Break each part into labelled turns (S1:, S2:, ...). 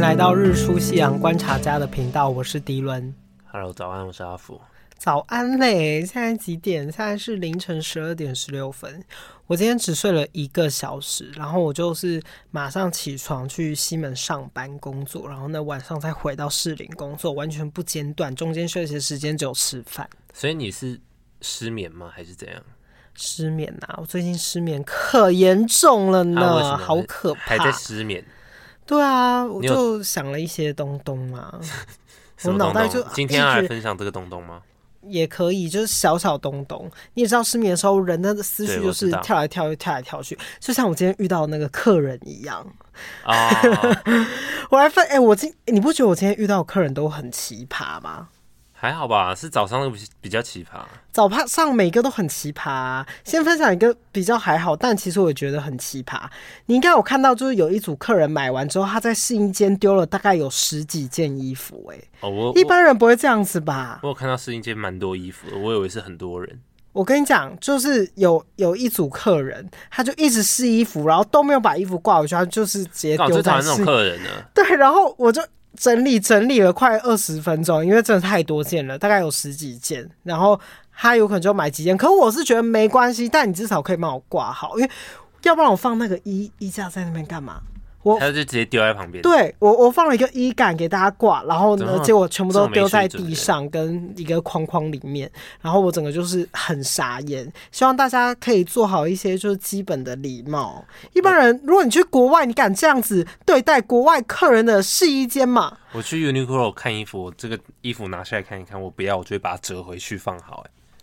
S1: 来到日出夕阳观察家的频道，我是迪伦。
S2: Hello，早安，我是阿福。
S1: 早安嘞！现在几点？现在是凌晨十二点十六分。我今天只睡了一个小时，然后我就是马上起床去西门上班工作，然后呢晚上再回到士林工作，完全不间断，中间休息的时间只有吃饭。
S2: 所以你是失眠吗？还是怎样？
S1: 失眠啊，我最近失眠可严重了呢，
S2: 啊为什么
S1: 好可怕
S2: 还！在失眠？
S1: 对啊，我
S2: 你有
S1: 就想了一些东东啊，
S2: 什
S1: 我
S2: 么
S1: 脑
S2: 东
S1: 袋
S2: 东？
S1: 就
S2: 今
S1: 一
S2: 天要
S1: 直
S2: 来分享这个东东吗？
S1: 也可以，就是小小东东。你也知道，失眠的时候，人的思绪
S2: 对
S1: 就
S2: 我
S1: 是
S2: 知道
S1: 跳来跳去，跳来跳去，就像我今天遇到的那个客人一样。
S2: 啊，
S1: 我还发，哎、我今你不觉得我今天遇到的客人都很奇葩吗？
S2: 还好吧，是早上的比比较奇葩。
S1: 早怕上每个都很奇葩、啊先分享一个比较还好，但其实我也觉得很奇葩。你应该有看到，就是有一组客人买完之后，他在试衣间丢了大概有十几件衣服、欸，
S2: 哦，我
S1: 一
S2: 我
S1: 般人不会这样子吧？
S2: 我有看到试衣间蛮多衣服的，我以为是很多人。
S1: 我跟你讲，就是有有一组客人，他就一直试衣服，然后都没有把衣服挂回去，他就是直接
S2: 那我
S1: 丢
S2: 最讨
S1: 在试
S2: 厌那种。 客人了。
S1: 对，然后我就整理整理了快二十分钟，因为真的太多件了，大概有十几件。然后他有可能就买几件，可我是觉得没关系，但你至少可以帮我挂好，因为要不然我放那个衣衣架在那边干嘛？我
S2: 他就直接丢在旁边。
S1: 哦对我，我放了一个衣杆给大家挂，然后
S2: 怎么
S1: 呢
S2: 那，么
S1: 结果全部都
S2: 啊这么没
S1: 丢在
S2: 水准的
S1: 地
S2: 人
S1: 上，跟一个框框里面，然后我整个就是很傻 眼。希望大家可以做好一些就是基本的礼貌。一般人，如果你去国外，你敢这样子对待国外客人的试衣间吗？
S2: 我去 Uniqlo 看衣服，我这个衣服拿下来看一看，我不要，我就会把它折回去放好、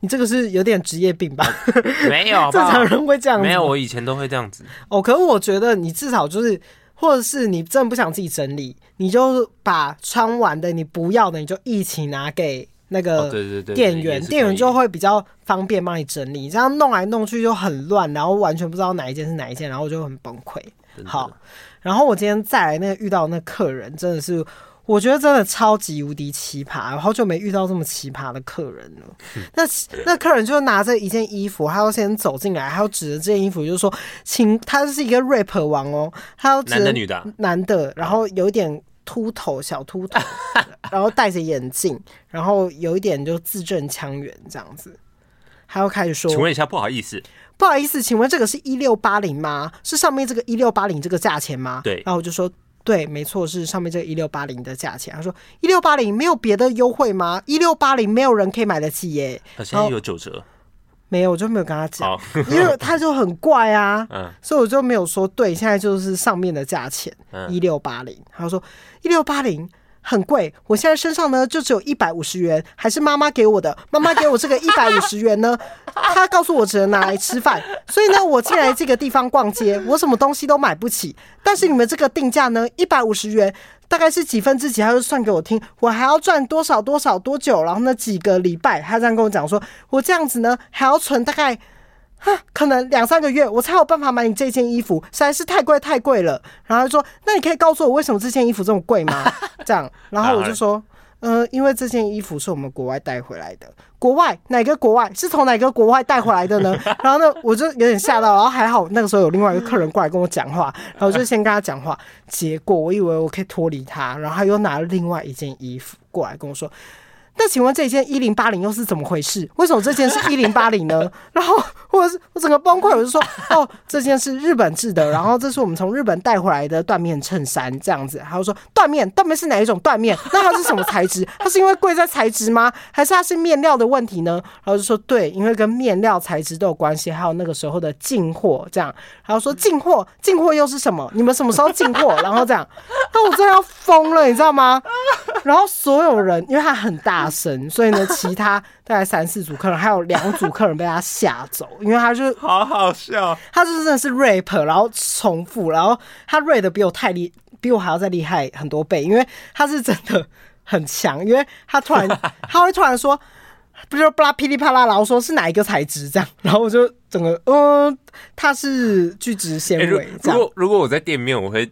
S1: 你这个是有点职业病吧？
S2: 哎，没有，好不
S1: 正
S2: 好
S1: 常人会这样子吗。
S2: 没有，我以前都会这样子。
S1: 哦，可是我觉得你至少就是，或者是你真的不想自己整理，你就把穿完的你不要的，你就一起拿给那
S2: 哦，
S1: 个
S2: 对对对，
S1: 店员，店员就
S2: 会。
S1: 会比较方便帮你整理。这样弄来弄去就很乱，然后完全不知道哪一件是哪一件，然后我就很崩溃。
S2: 真的
S1: 好，然后我今天再来那个遇到那个客人，真的是。我觉得真的超级无敌奇葩，我好久没遇到这么奇葩的客人了。那那客人就拿着一件衣服，他要先走进来，他要指着这件衣服，就说：“请，他是一个 rap 王哦，他要指
S2: 男的女的啊、
S1: 男的，然后有一点秃头，小秃 头，然后戴着眼镜，然后有一点就字正腔圆这样子。他又开始说
S2: 请：“问一下，不好意思，
S1: 不好意思，请问这个是一六八零吗？是上面这个一六八零这个价钱吗？”
S2: 对
S1: 然后我就说：“对，没错，是上面这个一六八零的价钱。”他说：“一六八零没有别的优惠吗？一六八零没有人可以买得起耶。
S2: 好像有九折。”
S1: 没有，我就没有跟他讲，
S2: 好，
S1: 因为他就很怪啊。
S2: 嗯，
S1: 所以我就没有说对，现在就是上面的价钱
S2: 嗯
S1: 一六八零，他说一六八零很贵，我现在身上呢就只有一百五十元，还是妈妈给我的，妈妈给我这个一百五十元呢，她告诉我只能拿来吃饭，所以呢我进来这个地方逛街，我什么东西都买不起，但是你们这个定价呢一百五十元。大概是几分之几，他就算给我听，我还要赚多少多少多久，然后呢几个礼拜，他这样跟我讲说，我这样子呢还要存大概哈，可能两三个月我才有办法买你这件衣服，实在是太贵太贵了。然后他说，那你可以告诉我为什么这件衣服这么贵吗？ 这样，然后我就说，呃，因为这件衣服是我们国外带回来的。国外哪个国外是从哪个国外带回来的呢？ 然后呢，我就有点吓到，然后还好那个时候有另外一个客人过来跟我讲话，然后我就先跟他讲话。结果我以为我可以脱离他，然后他又拿了另外一件衣服过来跟我说，那请问这件一零八零又是怎么回事？为什么这件是一零八零呢？ 然后我是我整个崩溃，我就说哦，这件是日本制的，然后这是我们从日本带回来的缎面衬衫这样子。他就说缎面，缎面是哪一种缎面？那它是什么材质？它是因为贵在材质吗？还是它是面料的问题呢？然后就说对，因为跟面料材质都有关系，还有那个时候的进货这样。然后说进货，进货又是什么？你们什么时候进货？然后这样， 那我真的要疯了，你知道吗？然后所有人，因为他很大声，所以呢，其他大概三四组客人，还有两组客人被他吓走，因为他就是
S2: 好好笑。
S1: 他就是真的是 rap，然后重复，然后他 rap 的比我太厉，比我还要再厉害很多倍，因为他是真的很强，因为他突 然他会突然说。不就巴拉噼里啪啦，然后说是哪一个材质这样，然后我就整个，嗯、它是聚酯纤
S2: 哎、如
S1: 维这
S2: 如
S1: 样。
S2: 果如果我在店面，我会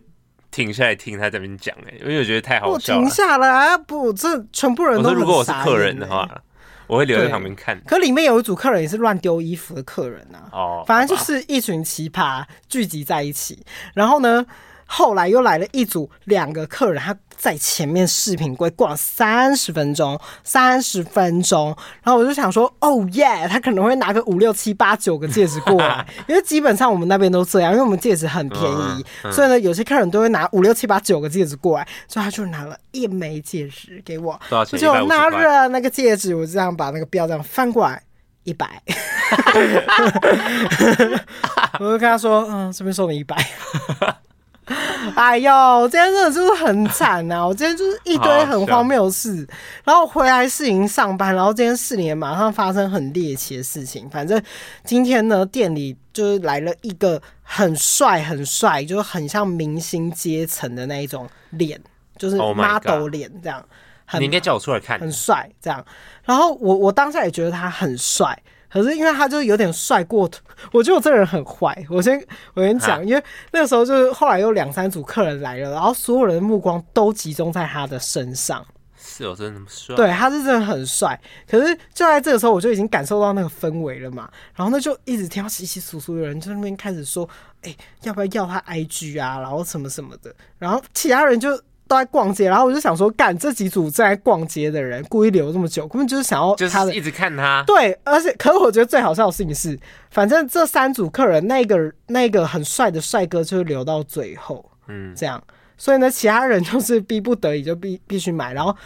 S2: 停下来听他在那边讲，哎，因为我觉得太好
S1: 我哦
S2: 笑
S1: 停
S2: 了。
S1: 下来啊！不，这全部人
S2: 我
S1: 都
S2: 说
S1: 很
S2: 如果我是
S1: 傻
S2: 客
S1: 眼
S2: 人的
S1: 欸
S2: 话，我会留在
S1: 对
S2: 旁边看。
S1: 可里面有一组客人也是乱丢衣服的客人啊，
S2: 哦，
S1: 反正就是一群奇葩聚集在一起。然后呢，后来又来了一组两个客人，他在前面饰品柜逛三十分钟，三十分钟，然后我就想说，哦耶，他可能会拿个五六七八九个戒指过 来，因为基本上我们那边都这样，因为我们戒指很便宜，
S2: 嗯
S1: 所以呢，有些客人都会拿五六七八九个戒指过来，所以他就拿了一枚戒指给我，
S2: 多少
S1: 我
S2: 钱？
S1: 就
S2: 150
S1: 拿
S2: 块
S1: 着那个戒指，我这样把那个表这样翻过来，一百。 我就跟他说：“嗯，这边送你一百。” 哎呦，我今天真的就是很惨啊呐、我今天就是一堆很荒谬的事，然后回来适应上班，然后今天适龄也马上发生很猎奇的事情。反正今天呢，店里就是来了一个很帅、很帅，就是很像明星阶层的那一种脸，就是
S2: Oh my god
S1: model 脸这样。很
S2: 你应该叫我出来看。
S1: 很帅这样。然后我我当下也觉得他很帅，可是因为他就是有点帅过头，我觉得我这个人很坏。我先我先
S2: 哈
S1: 讲，因为那个时候就是后来有两三组客人来了，然后所有人的目光都集中在他的身上。
S2: 是哦，真的那么帅？，
S1: 对，他是真的很帅。可是就在这个时候，我就已经感受到那个氛围了嘛。然后呢，就一直听到稀稀疏疏的人就在那边开始说：“哎、要不要要他 IG 啊？然后什么什么的。”然后其他人就。都在逛街，然后我就想说，干这几组正在逛街的人故意留这么久，根本就是想要
S2: 就
S1: 他的
S2: 是一直看他。
S1: 对，而且可是我觉得最好笑的事情是，反正这三组客人，那个那个很帅的帅哥就留到最后，嗯，这样。所以呢，其他人就是逼不得已就必必须买，然后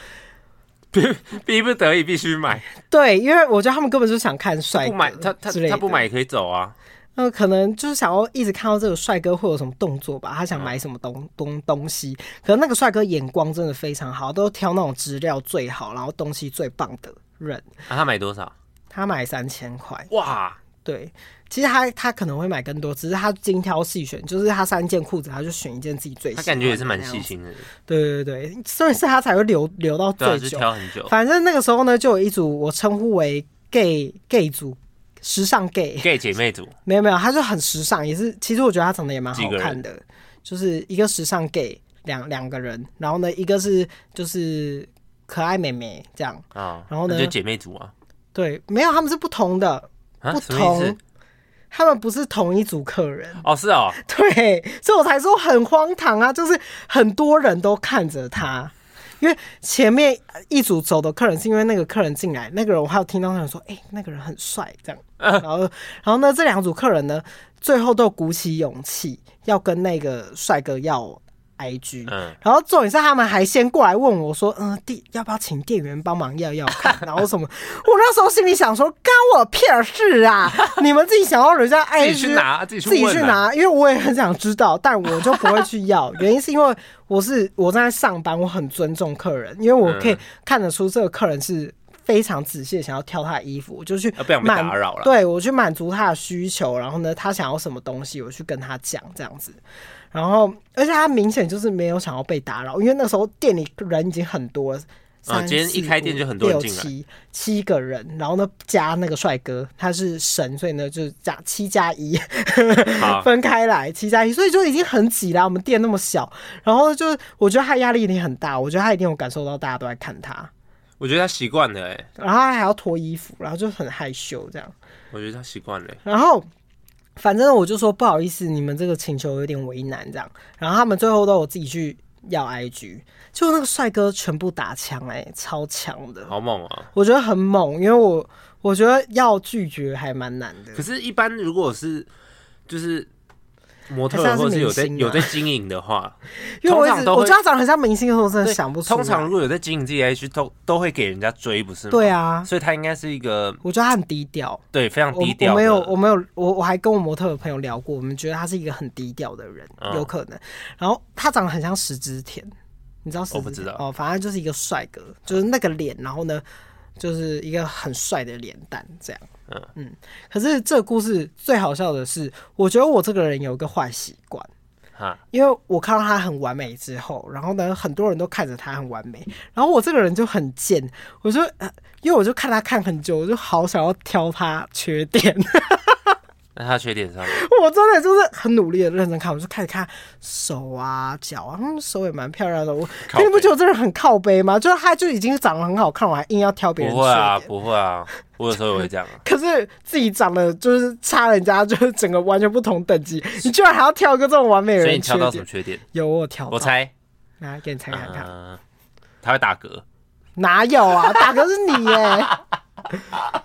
S2: 逼不得已必须买，
S1: 对，因为我觉得他们根本就想看帅哥，
S2: 不买他他
S1: 之类的
S2: 他不买也可以走啊。
S1: 那可能就是想要一直看到这个帅哥会有什么动作吧，他
S2: 嗯
S1: 想买什么东东东西。可能那个帅哥眼光真的非常好，都挑那种质料最好，然后东西最棒的人。
S2: 啊，他买多少？
S1: 他买三千块，
S2: 哇，
S1: 对，其实他他可能会买更多，只是他精挑细选，就是他三件裤子，他就选一件自己最喜
S2: 他
S1: 欢。
S2: 感觉也是蛮细。心的，
S1: 对对对，所以是他才会留留到
S2: 对啊，
S1: 最
S2: 就
S1: 久。
S2: 挑很久。
S1: 反正那个时候呢，就有一组我称呼为 gay gay 组，时尚 gay。
S2: gay 姐妹组，
S1: 没有没有，他就很时尚，也是其实我觉得他长得也蛮好
S2: 几个
S1: 看
S2: 人
S1: 的，就是一个时尚 gay 两两个人，然后呢一个是就是可爱妹妹这样，
S2: 啊，
S1: 然后呢
S2: 那就姐妹组啊，
S1: 对，没有他们是不同的，
S2: 啊，
S1: 不
S2: 什么意
S1: 同
S2: 思？，
S1: 他们不是同一组客人，
S2: 哦，是哦，
S1: 对，所以我才说很荒唐啊，就是很多人都看着他。因为前面一组走的客人是因为那个客人进来，那个人我还有听到那人说，哎、那个人很帅这样。
S2: 啊
S1: 然后，然后呢，这两组客人呢，最后都鼓起勇气要跟那个帅哥要 IG。
S2: 嗯，
S1: 然后重点是他们还先过来问我说，嗯，店要不要请店员帮忙要要看， 然后什么？我那时候心里想说，干我屁事啊！你们自己想要人家 IG
S2: 自己去拿，自己去
S1: 自己
S2: 问
S1: 去
S2: 啊，
S1: 拿，因为我也很想知道，但我就不会去 要。原因是因为我是我正在上班，我很尊重客人，因为我可以
S2: 嗯
S1: 看得出这个客人是非常仔细地想要挑他的衣服，我就去
S2: 啊不想被
S1: 满
S2: 打扰啦
S1: 对我去满足他的需求，然后呢，他想要什么东西，我去跟他讲这样子。然后，而且他明显就是没有想要被打扰，因为那时候店里人已经很多了。三
S2: 哦今天
S1: 四
S2: 一开
S1: 五
S2: 店就很多人
S1: 六
S2: 进来
S1: 七七个人，然后呢加那个帅哥，他是神，所以呢就是加七加一，
S2: 好，
S1: 分开来七加一，所以就已经很挤啦。我们店那么小，然后就是我觉得他压力一定很大，我觉得他一定有感受到大家都在看他，
S2: 我觉得他习惯了，哎，
S1: 然后他还要脱衣服，然后就很害羞这样。
S2: 我觉得他习惯了欸，
S1: 然后反正我就说不好意思，你们这个请求有点为难这样。然后他们最后都有自己去要 IG，就那个帅哥全部打枪哎、超强的，
S2: 好猛啊！
S1: 我觉得很猛，因为我我觉得要拒绝还蛮难的
S2: 可。是，一般如果是就是模特
S1: 还是他
S2: 儿
S1: 是
S2: 或者是有在
S1: 明星啊
S2: 有在经营的 话，
S1: 因为我一
S2: 通常
S1: 直
S2: 都会
S1: 我觉得他长得很像明星的时候，我真的
S2: 对
S1: 想不出来。
S2: 通常如果有在经营自己的 IG，都都会给人家追，不是吗？
S1: 对，啊，
S2: 所以他应该是一个
S1: 我觉得他很低调。
S2: 对非常
S1: 我
S2: 低调
S1: 我
S2: 的。
S1: 没有，我没有，我我还跟我模特的朋友聊过，我们觉得他是一个很低调的人，
S2: 嗯
S1: 有可能。然后他长得很像石之田，你知道石之田
S2: 我不知道
S1: 哦，反正就是一个帅哥，就是那个脸，然后呢，就是一个很帅的脸蛋这样。嗯
S2: 嗯
S1: 可是这个故事最好笑的是，我觉得我这个人有一个坏习惯。
S2: 哈，
S1: 因为我看到他很完美之后，然后呢，很多人都看着他很完美，然后我这个人就很贱，我就、呃因为我就看他看很久，我就好想要挑他缺点，
S2: 那他缺点是什么？
S1: 我真的就是很努力的认真看，我就开始看手啊、脚啊，嗯，手也蛮漂亮的。我
S2: 靠
S1: 可你不
S2: 背
S1: 觉得我这人很靠背吗？就是他就已经长得很好看，我还硬要挑别人
S2: 不
S1: 缺
S2: 会
S1: 点。
S2: 啊，不会啊，我有时候也会这样 啊。
S1: 可是自己长得就是差人家，就是整个完全不同等级，你居然还要挑一个这种完美的
S2: 所以
S1: 人
S2: 你挑
S1: 缺
S2: 到什么
S1: 点？
S2: 缺点？
S1: 有我挑到，
S2: 我猜，
S1: 来给你猜看看，
S2: 嗯，他会打嗝，
S1: 哪有啊？大哥是你耶、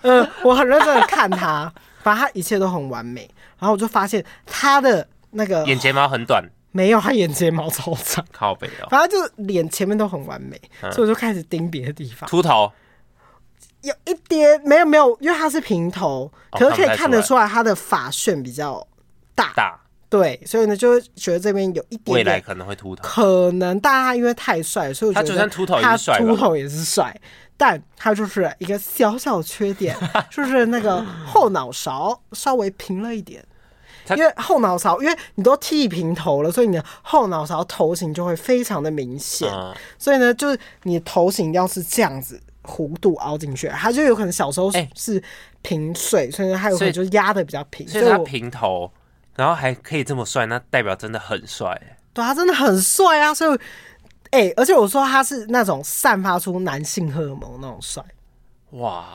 S1: 嗯，我很认真的看他，反正他一切都很完美，然后我就发现他的那个
S2: 眼睫毛很短，
S1: 没有，他眼睫毛超长。
S2: 靠北哦，
S1: 反正就是脸前面都很完美，
S2: 嗯
S1: 所以我就开始盯别的地方，
S2: 秃头，
S1: 有一点没有没有，因为他是平头，
S2: 哦
S1: 可是可以
S2: 看
S1: 看
S2: 不
S1: 得
S2: 太出
S1: 出来他的发旋比较大，
S2: 大，
S1: 对，所以呢就会觉得这边有一
S2: 未
S1: 点
S2: 来
S1: 点
S2: 可能会秃头。
S1: 可能，但他因为太帅，所以我觉
S2: 他
S1: 得
S2: 就算秃头也是
S1: 他
S2: 帅吧
S1: 秃头也是帅，但他就是一个小小缺 点，就是那个后脑勺稍微平了一点。
S2: 他
S1: 因为后脑勺，因为你都剃平头了，所以你的后脑勺头型就会非常的明显。
S2: 嗯，
S1: 所以呢，就是你头型要是这样子弧度凹进去，他就有可能小时候
S2: 哎
S1: 是平睡，所以呢，他有可
S2: 所以
S1: 能就压的比较平。
S2: 所
S1: 所
S2: 以
S1: 以
S2: 他
S1: 我
S2: 平头，然后还可以这么帅，那代表真的很帅欸。
S1: 对他真的很帅啊，所以哎、而且我说他是那种散发出男性荷尔蒙那种帅，
S2: 哇，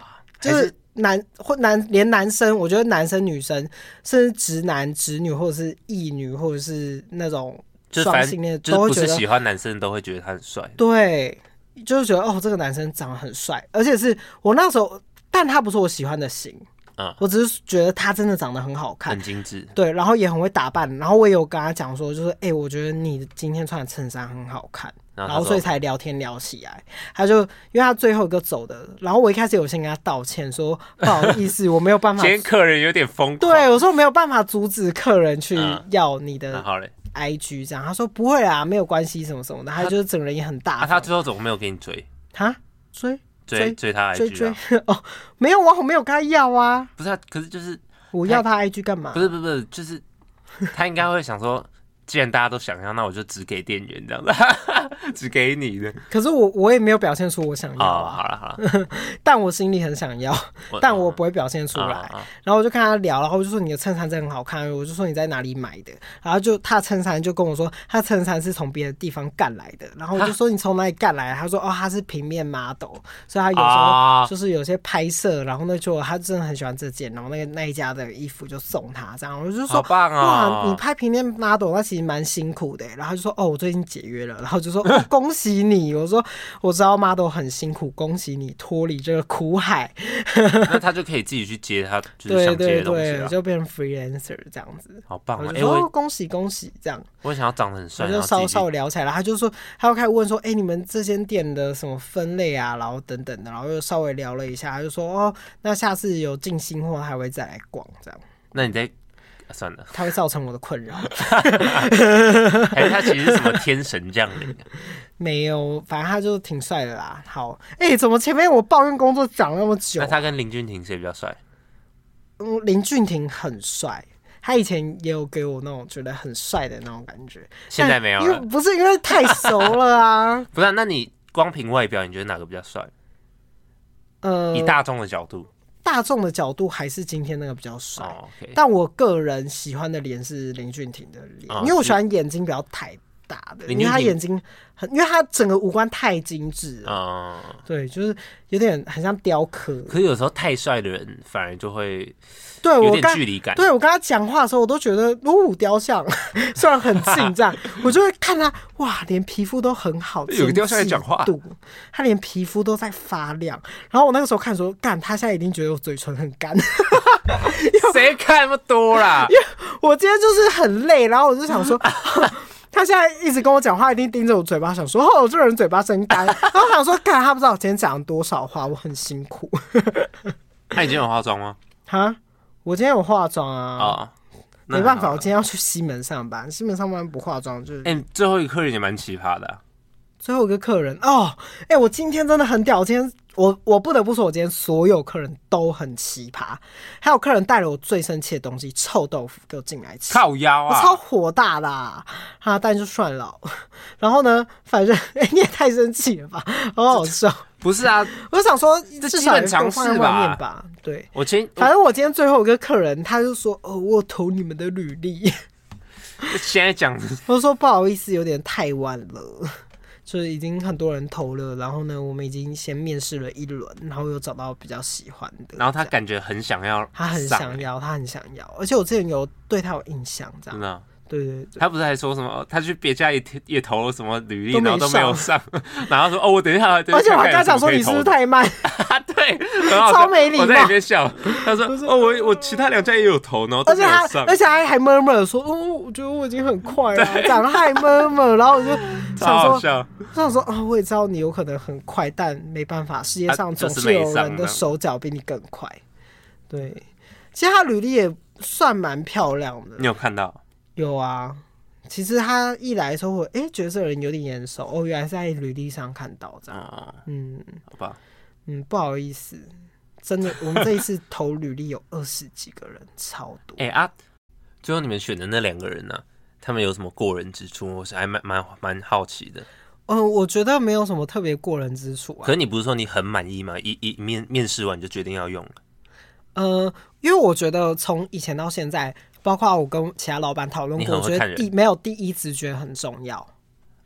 S1: 就
S2: 还
S1: 是男或男连男生，我觉得男生女生，甚至直男直女或者是异女或者是那种
S2: 就是
S1: 双
S2: 反
S1: 性
S2: 正
S1: 恋
S2: 就是
S1: 都会
S2: 不
S1: 觉
S2: 是
S1: 得
S2: 喜欢男生都会觉得他很帅。
S1: 对，就是觉得哦，这个男生长得很帅，而且是我那时候，但他不是我喜欢的型，
S2: 嗯
S1: 我只是觉得他真的长得很好看
S2: 很，精致，
S1: 对，然后也很会打扮，然后我也有跟他讲说，就是哎、诶我觉得你今天穿的衬衫很好看，
S2: 然
S1: 然
S2: 后他
S1: 后所以
S2: 说
S1: 才聊天聊起来，他就因为他最后一个走的，然后我一开始有先跟他道歉说不好意思，我没有办法
S2: 今。天客人有点疯狂。
S1: 对，我说我没有办法阻止客人去
S2: 嗯
S1: 要你的
S2: 然后嘞，
S1: IG 这样，他说不会啦，没有关系什么什么的，他就是整个人也很大
S2: 啊，
S1: 方。
S2: 他最后怎么没有给你追
S1: 啊，追
S2: 追追他
S1: 追
S2: IG
S1: 追
S2: 啊？
S1: 哦，没有啊，我没有跟他要啊，
S2: 不是啊，可是就是
S1: 我要他 IG 干嘛
S2: 不？是不是不是， 就是他应该会想说，既然大家都想要，那我就只给店员这样子， 只给你的。
S1: 可是我我也没有表现出我想要
S2: 哦，
S1: 啊，
S2: 好了好 了，
S1: 但我心里很想要，但我不会表现出
S2: 啊
S1: 来。
S2: 啊
S1: 然后我就跟他聊，然后我就说你的衬衫真的很好看，我就说你在哪里买的，然后就他的衬衫就跟我说他的衬衫是从别的地方干来的，然后
S2: 啊
S1: 我就说你从哪里干来的？他说哦他是平面 model，所以他有时
S2: 啊
S1: 候就是有些拍摄，然后呢就他真的很喜欢这件，然后那个那一家的衣服就送他这样，我就
S2: 好
S1: 说
S2: 棒
S1: 哇，你
S2: 哦！
S1: 拍平面 model 那其实蛮辛苦的欸，然后就说哦，我最近解约了，然后就说、 哦、恭喜你，我说我知道 model 很辛苦，恭喜你脱离这个苦海，
S2: 那他就可以自己去接他就是
S1: 对
S2: 想接
S1: 对
S2: 的东西
S1: 对，
S2: 了，
S1: 就变成 freelancer 这样子。
S2: 好棒
S1: 我
S2: 哦！
S1: 就
S2: 哎，
S1: 说、哦
S2: 我
S1: 恭喜恭喜这样，
S2: 我想要长得很帅，
S1: 我
S2: 然
S1: 就
S2: 后自
S1: 稍
S2: 己
S1: 稍聊起来了。他就说，他又开始问说，哎、你们这间店的什么分类啊，然后等等的，然后又稍微聊了一下，他就说，哦，那下次有进新货还会再来逛，这样，
S2: 那你再啊算了，
S1: 他会造成我的困扰。
S2: 还是他其实是什么天神降临 啊？
S1: 没有，反正他就挺帅的啦。好，哎、怎么前面我抱怨工作讲那么久
S2: 那？他跟林俊廷谁比较帅？
S1: 嗯，林俊廷很帅，他以前也有给我那种觉得很帅的那种感觉。
S2: 现在没有
S1: 因为
S2: 了。
S1: 不是因为太熟了啊。
S2: 不是啊，那你光凭外表，你觉得哪个比较帅？
S1: 呃
S2: 以，大众的角度，
S1: 大众的角度还是今天那个比较帅，
S2: 哦，OK，
S1: 但我个人喜欢的脸是林俊廷的脸，
S2: 哦
S1: 因为我喜欢眼睛比较太大的，
S2: 林俊
S1: 因为他
S2: 廷
S1: 眼睛很，因为他整个五官太精致了，
S2: 嗯，
S1: 对，就是有点很像雕刻。
S2: 可是有时候太帅的人反而就会
S1: 对
S2: 有
S1: 我
S2: 点
S1: 刚
S2: 距离感。
S1: 对我跟他讲话的时候，我都觉得如虎雕像， 虽然很近 这样，我就会看他哇，连皮肤都很好，
S2: 有个雕像在讲话
S1: 精致度他连皮肤都在发亮。然后我那个时候看的时候，干，他现在一定觉得我嘴唇很干。
S2: 谁看那么多 啦？
S1: 我今天就是很累，然后我就想 说。他现在一直跟我讲话，一定盯着我嘴巴，想说哦，这人嘴巴真干。然后我想说，干，他不知道我今天讲了多少话，我很辛苦。
S2: 他已经有化妆 吗？
S1: 哈，我今天有化妆啊，
S2: 啊，那
S1: 没办法，
S2: 还好
S1: 我。今天要去西门上班，西门上班不化妆就是
S2: 哎，最后一个客人也蛮奇葩的啊，
S1: 最后一个客人哦，哎、我今天真的很屌，我今天我我不得不说，我今天所有客人都很奇葩，还有客人带了我最生气的东西——臭豆腐给我进来吃。
S2: 靠腰
S1: 我超
S2: 啊！
S1: 火大啦、啊！ 但就算了。然后呢，反正、哎你也太生气了吧，好好笑。
S2: 不是啊，
S1: 我就想说，
S2: 这
S1: 至
S2: 基
S1: 少
S2: 本
S1: 有一
S2: 常
S1: 个放在
S2: 识
S1: 外面
S2: 吧
S1: 吧。对，
S2: 我前
S1: 反正我今天最后有一个客人，他就说：“哦，我有投你们的履历。
S2: 我现在讲，”
S1: 我就说：“不好意思，有点太晚了， 就是已经很多人投了。然后呢，我们已经先面试了一轮，然后有找到比较喜欢的。
S2: 然后他
S1: 这样
S2: 感觉很想要上，
S1: 他很想要，他很想要，而且我之前有对他有印象，这样。
S2: 真的啊。
S1: 对对对，
S2: 他不是还说什么？他去别家也也投了什么履历，
S1: 都没
S2: 然后都没有上， 然后说哦，我 等一下，等一下
S1: 而且我还
S2: 看
S1: 跟他讲说：“你是不是太慢？”
S2: 啊？ 对，很好笑
S1: 超没礼貌
S2: 我在里面笑，他说哦，我我其他两家也有投，然后都
S1: 而且
S2: 没有
S1: 他，
S2: 上
S1: 而，且他还 murmur 说：“哦，我觉得我已经很快了、讲他还 murmur，然后我 就
S2: 超
S1: 想
S2: 好
S1: 说，
S2: 笑。
S1: 想说啊、我也知道你有可能很快，但没办法，世界上
S2: 啊
S1: 总
S2: 就是
S1: 是有
S2: 没上
S1: 人的
S2: 呢
S1: 手脚比你更快。对，其实他履历也算蛮漂亮的，
S2: 你有看到？
S1: 有啊。其实他一来的时候我，哎、觉得这个人有点眼熟，哦，原来是在履历上看到这样。
S2: 哦，
S1: 嗯
S2: 好吧，
S1: 嗯，不好意思，真的，我们这一次投履历有二十几个人，超多。
S2: 哎、啊，最后你们选的那两个人呢、他们有什么过人之处？我是还蛮蛮蛮好奇的。
S1: 嗯，我觉得没有什么特别过人之处啊
S2: 可。是你不是说你很满意吗？一一面面试完就决定要用了
S1: 呃，因为我觉得从以前到现在，包括我跟其他老板讨论
S2: 你
S1: 过，
S2: 很
S1: 我
S2: 会
S1: 觉
S2: 看
S1: 得
S2: 人
S1: 第没有第一直觉很重要。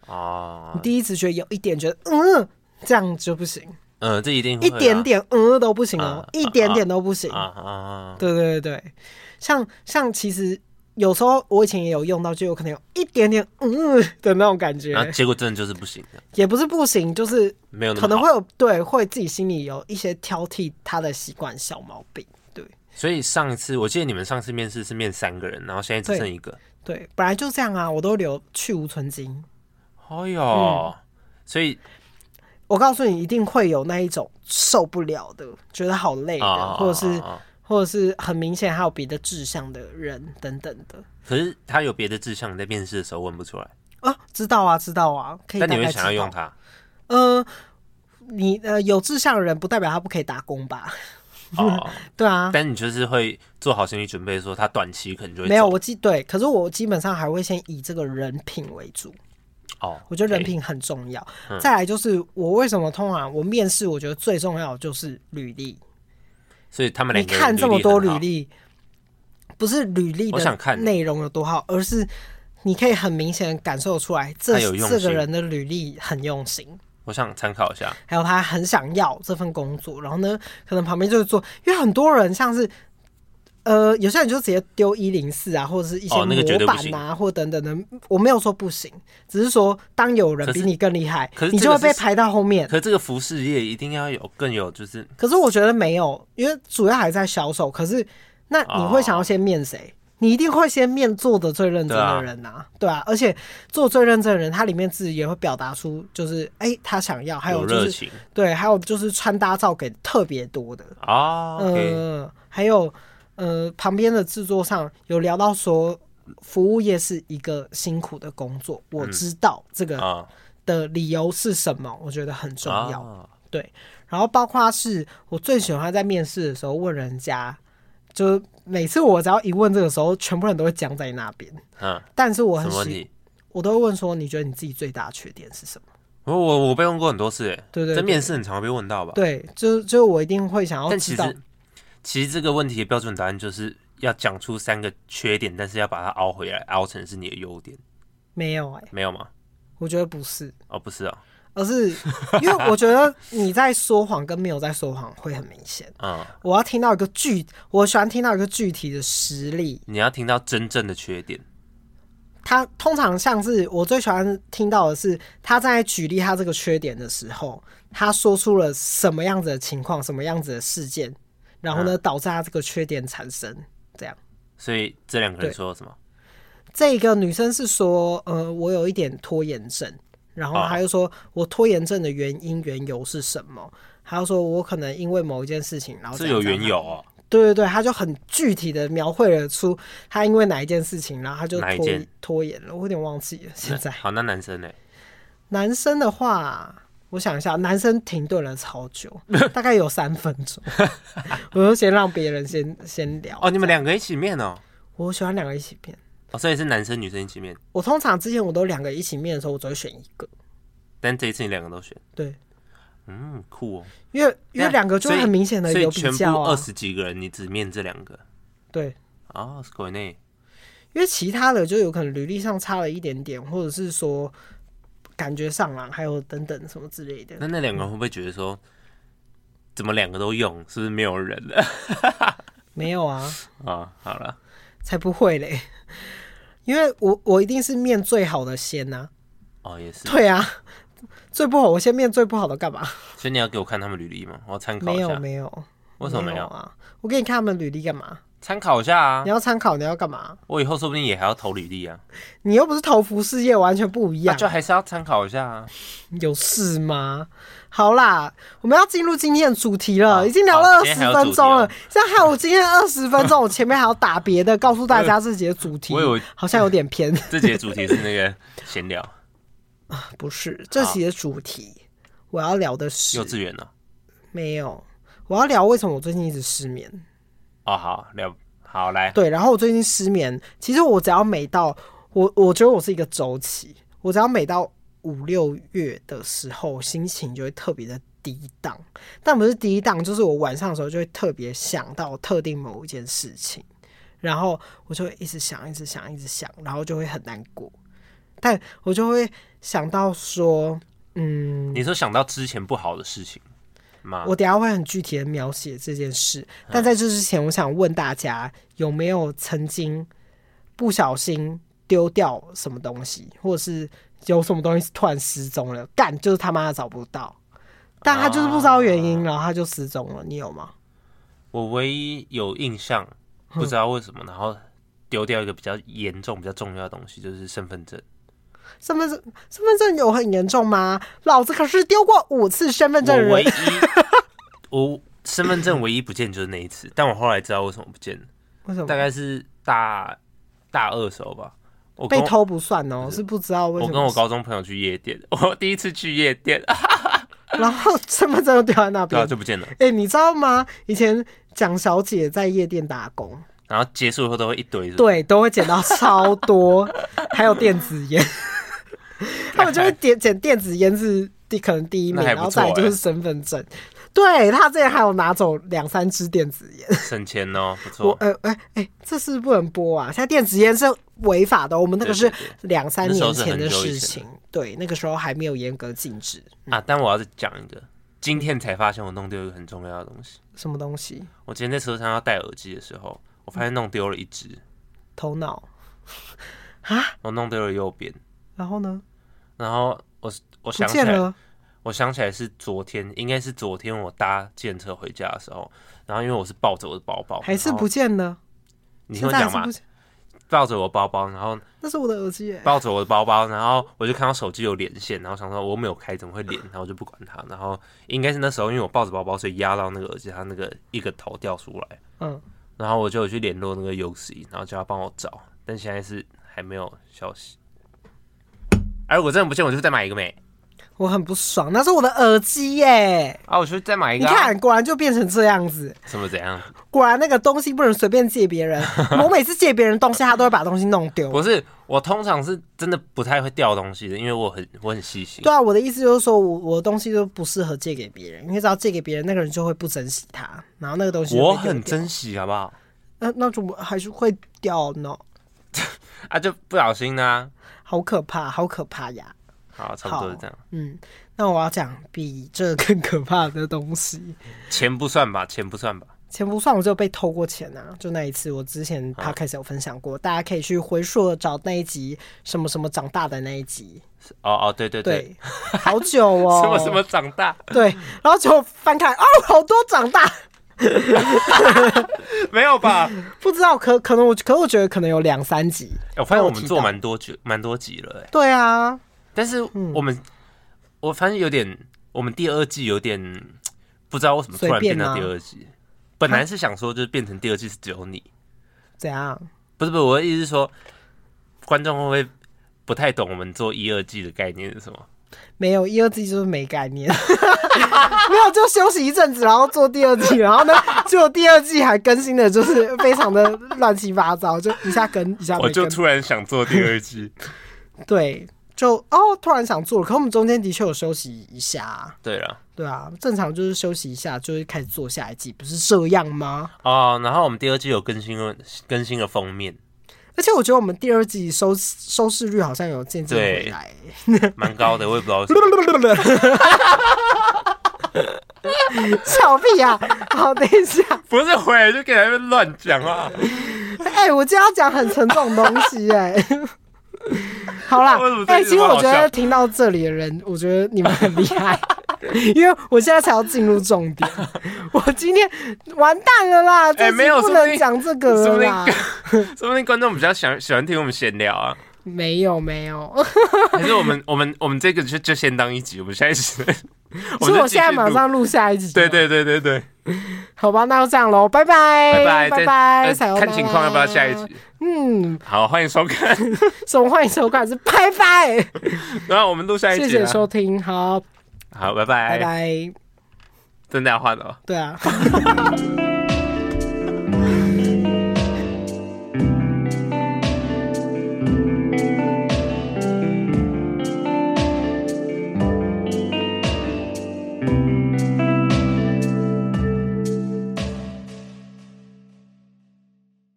S2: 哦
S1: 你。第一直觉有一点觉得嗯这样就不行，
S2: 呃，这一定会
S1: 一
S2: 啊
S1: 点点嗯都不行哦
S2: 啊，
S1: 一点点都不行。
S2: 啊啊啊！
S1: 对对对对，像像其实有时候我以前也有用到，就有可能有一点点嗯的那种感觉，
S2: 然后结果真的就是不行的，
S1: 也不是不行，就是
S2: 啊没有那
S1: 可
S2: 么
S1: 能
S2: 好
S1: 会有对会自己心里有一些挑剔他的习惯小毛病。对，
S2: 所以上一次我记得你们上次面试是面三个人，然后现在只剩一个。
S1: 对，本来就这样啊，我都留去无存精。
S2: 哦哟、所以
S1: 我告诉你，一定会有那一种受不了的，觉得好累的，
S2: 啊，
S1: 嗯或者是
S2: 啊啊啊
S1: 或者是很明显还有别的志向的人等等的
S2: 可是他有别的志向，你在面试的时候问不出来，
S1: 啊，知道啊，知道啊，可以大
S2: 但你
S1: 概
S2: 会
S1: 知
S2: 想要用
S1: 道。
S2: 它。
S1: 呃，你呃有志向的人不代表他不可以打工吧？
S2: 哦，
S1: 对啊，
S2: 但你就是会做好心理准备，说他短期可能就会
S1: 没有
S2: 走
S1: 我记对，可是我基本上还会先以这个人品为主。
S2: 哦，
S1: 我觉得人
S2: OK
S1: 品很重要。
S2: 嗯
S1: 再来就是我为什么通常我面试，我觉得最重要的就是履历。
S2: 所以他们
S1: 你
S2: 两个
S1: 看这么多履
S2: 历
S1: 历，不是履历
S2: 我想
S1: 的
S2: 看
S1: 内容有多好，而是你可以很明显地感受出来，这
S2: 他有用
S1: 这个
S2: 心
S1: 人的履历很用心，
S2: 很好，我想参考一下。
S1: 还有他很想要这份工作。然后呢，可能旁边就是做，因为很多人像是。呃，有些人就直接丢一零四啊，或者是一些
S2: 哦那个绝
S1: 模
S2: 对不
S1: 板
S2: 行
S1: 啊，或等等的。我没有说不行，只是说当有人
S2: 可
S1: 比
S2: 是
S1: 你更厉害
S2: 可，是
S1: 你
S2: 这
S1: 就
S2: 个
S1: 会被
S2: 是
S1: 排到后面。
S2: 可这个服饰业一定要有更有就是
S1: 可是我觉得没有，因为主要还在销售。可是那你会想要先面谁？
S2: 哦
S1: 你一定会先面做的最认真的人呐、对啊，而且做最认真的人，他里面自己也会表达出，就是哎、他想要，还有
S2: 有
S1: 就
S2: 热
S1: 是
S2: 情
S1: 对，还有就是穿搭照给特别多的，
S2: 哦。OK，
S1: 嗯、还有呃，旁边的制作上有聊到说，服务业是一个辛苦的工作，我知道这个
S2: 嗯啊，
S1: 的理由是什么，我觉得很呃重要。
S2: 啊
S1: 对，然后包括是我最喜欢在面试的时候问人家，就是每次我只要一问这个时候，全部人都会僵在那边。
S2: 嗯，
S1: 但是我
S2: 什
S1: 很
S2: 么问
S1: 喜，
S2: 题？
S1: 我都会问说，你觉得你自己最大的缺点是什么？
S2: 我我我被问过很多次，哎
S1: 对对
S2: 在
S1: 对
S2: 面试很常被问到吧？
S1: 对，就就我一定会想要
S2: 哦但
S1: 知
S2: 其
S1: 道
S2: 实，其实这个问题的标准答案就是要讲出三个缺点，但是要把它凹回来，凹成是你的优点，
S1: 没有哎、
S2: 没有吗？
S1: 我觉得不是，
S2: 哦，不是哦，
S1: 而是因为我觉得你在说谎跟没有在说谎会很明显。
S2: 嗯，
S1: 我要听到一个具，我喜欢听到一个具体的实例，
S2: 你要听到真正的缺点，
S1: 他通常像是我最喜欢听到的是，他在举例他这个缺点的时候，他说出了什么样子的情况，什么样子的事件，然后
S2: 啊
S1: 呢，导致他这个缺点产生。这样，
S2: 所以这两个人
S1: 对
S2: 说什么？
S1: 这个女生是说，呃，我有一点拖延症，然后
S2: 哦
S1: 她就说我拖延症的原因缘由是什么？她就说我可能因为某一件事情，然后
S2: 这
S1: 怎样
S2: 有
S1: 怎样
S2: 缘由哦，
S1: 对对对，他就很具体的描绘了出他因为哪一件事情，然后他就
S2: 哪一
S1: 拖
S2: 件
S1: 拖延了，我有点忘记了。现在
S2: 好，那男生呢？
S1: 男生的话，我想一下，男生停顿了超久， 大概有三分钟， 我就先让别人先先聊。
S2: 哦，你们两个一起面哦，
S1: 我喜欢两个一起面，
S2: 哦，所以是男生女生一起面，
S1: 我通常之前我都两个一起面的时候，我只会选一个。
S2: 但这一次你两个都选
S1: 对，
S2: 嗯，酷哦。
S1: 因为因为两个就
S2: 所
S1: 会
S2: 以
S1: 很明显的
S2: 所以
S1: 有比
S2: 全
S1: 较
S2: 部
S1: 啊
S2: 二。十几个人，你只面这两个
S1: 对，
S2: 啊？是国内
S1: 因为其他的就有可能履历上差了一点点，或者是说感觉上啊，还有等等什么之类的。
S2: 那那两个人会不会觉得说，怎么两个都用，是不是没有人了
S1: 没有啊，
S2: 啊？好了，
S1: 才不会嘞，因为我我一定是面最好的先啊呐、
S2: 哦也是，
S1: 对啊，最不好我先面最不好的干嘛？
S2: 所以你要给我看他们履历吗？我要参考
S1: 没
S2: 一
S1: 有
S2: 下。
S1: 没有，
S2: 为什么没
S1: 有
S2: 有？
S1: 啊？我给你看他们履历干嘛？
S2: 参考一下啊
S1: 你！要参考，你要干嘛？
S2: 我以后说不定也还要投履历啊，
S1: 你又不是投服饰业，完全不一
S2: 那
S1: 样，
S2: 啊就还是要参考一下啊。
S1: 有事吗？好啦，我们要进入今天的主题了，
S2: 好
S1: 已经聊了
S2: 好
S1: 二
S2: 今
S1: 十
S2: 天还有
S1: 分钟了
S2: 主，啊
S1: 这样害我今天二十分钟，我前面还要打别 的，告诉大家自己的主题
S2: 我以为，
S1: 好像有点 偏，
S2: 这节主题是那个闲聊，
S1: 不是这期的主题，我要聊的 是
S2: 幼稚园哦呢、
S1: 没有，我要聊为什么我最近一直失眠。
S2: 哦，好聊，好来，
S1: 对，然后我最近失眠，其实我只要每到我，我觉得我是一个周期，我只要每到五六月的时候，心情就会特别的低档，但不是低档，就是我晚上的时候就会特别想到特定某一件事情，然后我就会一直想，一直想，一直想，然后就会很难过，但我就会想到说，嗯，
S2: 你说想到之前不好的事情吗？
S1: 我等一下会很具体的描写这件事，
S2: 嗯
S1: 但在这之前，我想问大家有没有曾经不小心丢掉什么东西，或者是有什么东西突然失踪了，干就是他妈的找不到，但他就是不知道原因，
S2: 啊
S1: 然后他就失踪了。你有吗？
S2: 我唯一有印象，不
S1: 嗯
S2: 知道为什么，然后丢掉一个比较严重、比较重要的东西，就是身份证。
S1: 身份证身份证有很严重吗？老子可是丢过五次身份证的
S2: 我唯
S1: 人
S2: 一， 我身份证唯一不见就是那一次，但我后来知道为什么不见了，
S1: 为什
S2: 大
S1: 么
S2: 概是大大二时候吧。我跟
S1: 被
S2: 我
S1: 偷不算哦？是不知道为
S2: 我
S1: 什
S2: 跟我
S1: 么，
S2: 高中朋友去夜店， 我第一次去夜店，
S1: 然后身份证就丢在那
S2: 对啊，
S1: 边。
S2: 就不见了。
S1: 哎、你知道吗？以前蒋小姐在夜店打工。
S2: 然后结束以后都会一堆，是不是，
S1: 对，都会捡到超多，还有电子烟， 他们就会点捡电子烟是第可能第一名，
S2: 那还
S1: 然
S2: 不
S1: 后再来
S2: 错欸
S1: 就是身份证。对他之前还有拿走两三支电子烟，
S2: 省钱哦，不
S1: 我
S2: 错。
S1: 呃哎哎，这是不能播啊！现在电子烟是违法的，我们那个
S2: 对
S1: 是
S2: 对对
S1: 两三
S2: 那时
S1: 年
S2: 候是
S1: 前
S2: 很
S1: 的
S2: 久以
S1: 事
S2: 前
S1: 情，对，那个时候还没有严格禁止
S2: 啊，但我要再讲一个，今天才发现我弄丢一个很重要的东西。
S1: 什么东西，
S2: 我今天在车上要戴耳机的时候，我发现弄丢了一只，
S1: 头脑， 啊
S2: 我弄丢了右边。
S1: 然后呢
S2: 然后我
S1: 不
S2: 我想起
S1: 见
S2: 来，
S1: 了，
S2: 我想起来是昨天，应该是昨天我搭电车回家的时候，然后因为我是抱着我的包包，
S1: 还是
S2: 然后
S1: 不见了，
S2: 你
S1: 现
S2: 听我
S1: 在还
S2: 讲
S1: 是
S2: 嘛
S1: 不，见，
S2: 抱着我包包，然后
S1: 那是我的耳机耶，
S2: 抱着我的包包，然后我就看到手机有连线，然后想说我没有开，怎么会连？然后我就不管它，然后应该是那时候因为我抱着包包，所以压到那个耳机，它那个一个头掉出来，
S1: 嗯，
S2: 然后我就有去联络那个 UC，然后叫他帮我找，但现在是还没有消息。而我真的不见，我就再买一个没
S1: 我很不爽，那是我的耳机耶。
S2: 啊，我就再买一
S1: 你
S2: 个、啊。
S1: 看，果然就变成这样子。
S2: 什么怎样？
S1: 果然那个东西不能随便借别 人。我每次借别人东西，他都会把东西弄丢。
S2: 不是，我通常是真的不太会掉东西的，因为我很我很细心。
S1: 对啊，我的意思就是说我我的东西就不适合借给别人，因为只要借给别人，那个人就会不珍惜它，然后那个东西就被
S2: 我
S1: 丢掉
S2: 很珍惜，好不好？
S1: 那那种还是会掉呢，
S2: 啊，就不小心啦、
S1: 好可怕，好可怕呀！
S2: 好，差不多是这样。
S1: 嗯，那我要讲比这更可怕的东西，
S2: 钱不算吧，钱不算吧。
S1: 钱不算，我就被偷过钱啊！就那一次，我之前 p 开始有分享过，大家可以去回溯找那一集什么什么长大的那一集，
S2: 哦哦，对对对，
S1: 对，好久哦，
S2: 什么什么长大，
S1: 对，然后结果翻看，哦，好多长大，
S2: 没 有吧？
S1: 不知道可可能我可我觉得可能有两三集，
S2: 哎我发现我们
S1: 提
S2: 做
S1: 到
S2: 蛮多集，蛮多集了、哎，
S1: 对啊，
S2: 但是我们，我发现有点，我们第二季有点不知道为什么突
S1: 随
S2: 然
S1: 便啊
S2: 变到
S1: 吗
S2: 第二季。本来是想说，就是变成第二季是只有你，
S1: 怎样？
S2: 不是不是，我的意思是说，观众会不会不太懂我们做一二季的概念是什么？
S1: 没有一二季就是没概念， 没有就休息一阵子，然后做第二季，然后呢，结果第二季还更新的就是非常的乱七八糟，就一下更一下
S2: 我
S1: 没
S2: 就
S1: 更，
S2: 突然想做第二季，
S1: 对，就哦突然想做了，可我们中间的确有休息一下，
S2: 对了，
S1: 对啊，正常就是休息一下就会开始做下一季，不是这样吗？
S2: 哦，然后我们第二季有更新了更新了封面，
S1: 而且我觉得我们第二季收收视率好像有渐渐回
S2: 对
S1: 来，
S2: 蛮高的，我也不知道为什么。
S1: 笑屁啊！好，等一下，
S2: 不是回就给他们乱讲啊！
S1: 哎、我今天要讲很沉重的东西、哎。 好啦
S2: 为什么，这
S1: 哎、
S2: 一
S1: 其
S2: 直
S1: 实
S2: 不
S1: 我
S2: 好
S1: 觉得
S2: 笑
S1: 听到这里的人，我觉得你们很厉害， 因为我现在才要进入重点。我今天完蛋了啦，这
S2: 哎没
S1: 集
S2: 有
S1: 不
S2: 说不
S1: 能
S2: 定
S1: 讲这个了
S2: 说不定
S1: 啦。
S2: 说不定观众比较想喜欢听我们闲聊 啊，
S1: 没有没有，
S2: 还是我们我们我们这个就就先当一集，我们下一 集，
S1: 所 以我
S2: 就继续
S1: 现在马
S2: 录。
S1: 上录下一集。
S2: 对，对对对对，
S1: 好吧，那就这样喽，拜拜，
S2: 拜拜
S1: 拜
S2: 再
S1: 拜，
S2: 呃
S1: 撒由
S2: 看情况要不要下一
S1: 拜拜？
S2: 集？
S1: 嗯，
S2: 好，欢迎收 看，
S1: 总欢迎收看是拜拜，
S2: 然后我们录下一集
S1: 谢
S2: 啊。
S1: 谢收听，好，
S2: 好，
S1: 拜拜，
S2: 真的要换了哦。
S1: 对啊。